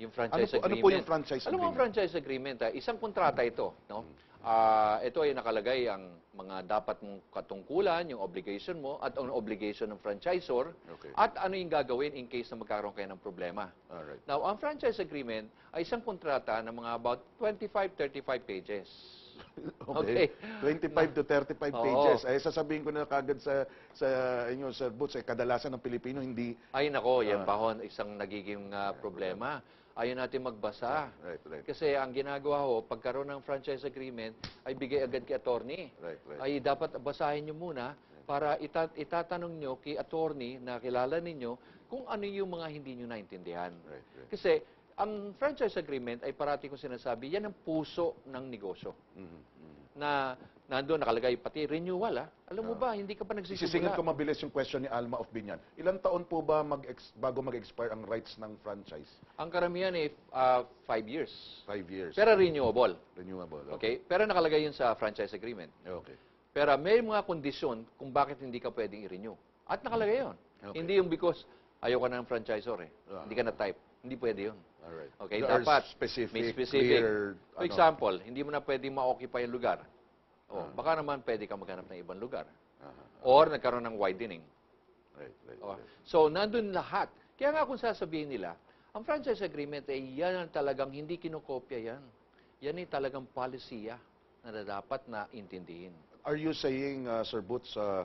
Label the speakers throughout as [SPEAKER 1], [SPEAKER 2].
[SPEAKER 1] Yung
[SPEAKER 2] Ano
[SPEAKER 1] franchise
[SPEAKER 2] po, ano
[SPEAKER 1] agreement.
[SPEAKER 2] po yung franchise
[SPEAKER 1] Alam mo ang
[SPEAKER 2] agreement? Mm.
[SPEAKER 1] franchise agreement, ah, isang kontrata ito, no? Ah, ito ay nakalagay ang mga dapat mong katungkulan, yung obligation mo at ang obligation ng franchisor
[SPEAKER 2] Okay.
[SPEAKER 1] at ano yung gagawin in case na magkaroon kayo ng problema.
[SPEAKER 2] Alright.
[SPEAKER 1] Now, ang franchise agreement ay isang kontrata ng mga about 25-35 pages.
[SPEAKER 2] Okay. 25 to 35
[SPEAKER 1] Oo.
[SPEAKER 2] pages. Eh, sasabihin ko na kagad sa, sa inyo, Sir Boots, eh, kadalasan ng Pilipino hindi...
[SPEAKER 1] Ay nako, yan
[SPEAKER 2] Ah.
[SPEAKER 1] pahon, isang nagiging ah, problema. Ayaw natin magbasa.
[SPEAKER 2] Ah, Right, right.
[SPEAKER 1] Kasi ang ginagawa ho, pagkaroon ng franchise agreement, ay bigay agad kay attorney.
[SPEAKER 2] Right, right.
[SPEAKER 1] Ay dapat basahin nyo muna para ita- itatanong nyo kay attorney na kilala ninyo kung ano yung mga hindi nyo naintindihan.
[SPEAKER 2] Right, right.
[SPEAKER 1] Kasi ang franchise agreement ay parati kong sinasabi, yan ang puso ng negosyo.
[SPEAKER 2] Mhm,
[SPEAKER 1] Na nandoon nakalagay pati renewal ah. Alam mo ba, hindi ka pa
[SPEAKER 2] Isisingan
[SPEAKER 1] nagsisimula.
[SPEAKER 2] ko mabilis yung question ni Alma of Binyan. Ilang taon po ba mag bago mag-expire ang rights ng franchise?
[SPEAKER 1] Ang karamihan ay ah, five years.
[SPEAKER 2] Five years.
[SPEAKER 1] Pero renewable.
[SPEAKER 2] Renewable.
[SPEAKER 1] Okay? Pero nakalagay yun sa franchise agreement.
[SPEAKER 2] Okay.
[SPEAKER 1] Pero may mga kondisyon kung bakit hindi ka pwedeng i-renew. At nakalagay yun.
[SPEAKER 2] Okay.
[SPEAKER 1] Hindi yung because ayaw ka na ng franchisor eh.
[SPEAKER 2] Ah.
[SPEAKER 1] Hindi ka na type. Hindi pwede yun.
[SPEAKER 2] Alright.
[SPEAKER 1] Okay,
[SPEAKER 2] There are
[SPEAKER 1] dapat
[SPEAKER 2] specific,
[SPEAKER 1] may specific.
[SPEAKER 2] clear,
[SPEAKER 1] For
[SPEAKER 2] ano. Ah.
[SPEAKER 1] example, hindi mo na pwedeng ma-occupy yung lugar. O, baka naman pwede ka maghanap ng ibang lugar.
[SPEAKER 2] Aha.
[SPEAKER 1] Or nagkaroon ng widening.
[SPEAKER 2] Uh-huh. Right, right.
[SPEAKER 1] Oh. So, nandun lahat. Kaya nga kung sasabihin nila, ang franchise agreement ay yan ang talagang hindi kinokopya yan. Yan ay talagang palisiya na dapat na intindihin.
[SPEAKER 2] Are you saying, uh, Sir Boots, uh,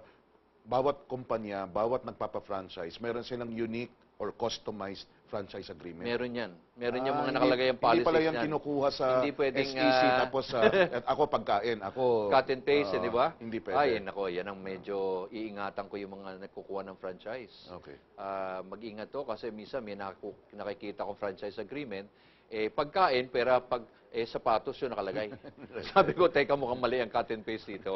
[SPEAKER 2] bawat kumpanya, bawat nagpapa-franchise, meron silang unique or customized franchise agreement?
[SPEAKER 1] Meron yan. Meron yung
[SPEAKER 2] Ah,
[SPEAKER 1] mga
[SPEAKER 2] hindi-
[SPEAKER 1] nakalagay ang policies
[SPEAKER 2] Hindi pala yan
[SPEAKER 1] niyan.
[SPEAKER 2] kinukuha sa
[SPEAKER 1] Hindi pwedeng,
[SPEAKER 2] SEC,
[SPEAKER 1] ah,
[SPEAKER 2] tapos sa, at ako pagkain, ako...
[SPEAKER 1] Cut and paste,
[SPEAKER 2] ah,
[SPEAKER 1] eh, di ba?
[SPEAKER 2] Hindi pwede.
[SPEAKER 1] Ay, nako, yan ang medyo iingatan ko yung mga nagkukuha ng franchise.
[SPEAKER 2] Okay.
[SPEAKER 1] Ah, mag-ingat to kasi minsan may naku- nakikita kong franchise agreement, eh, pagkain, pero pag eh, sapatos yung nakalagay. Sabi ko, teka, mukhang mali ang cut and paste dito.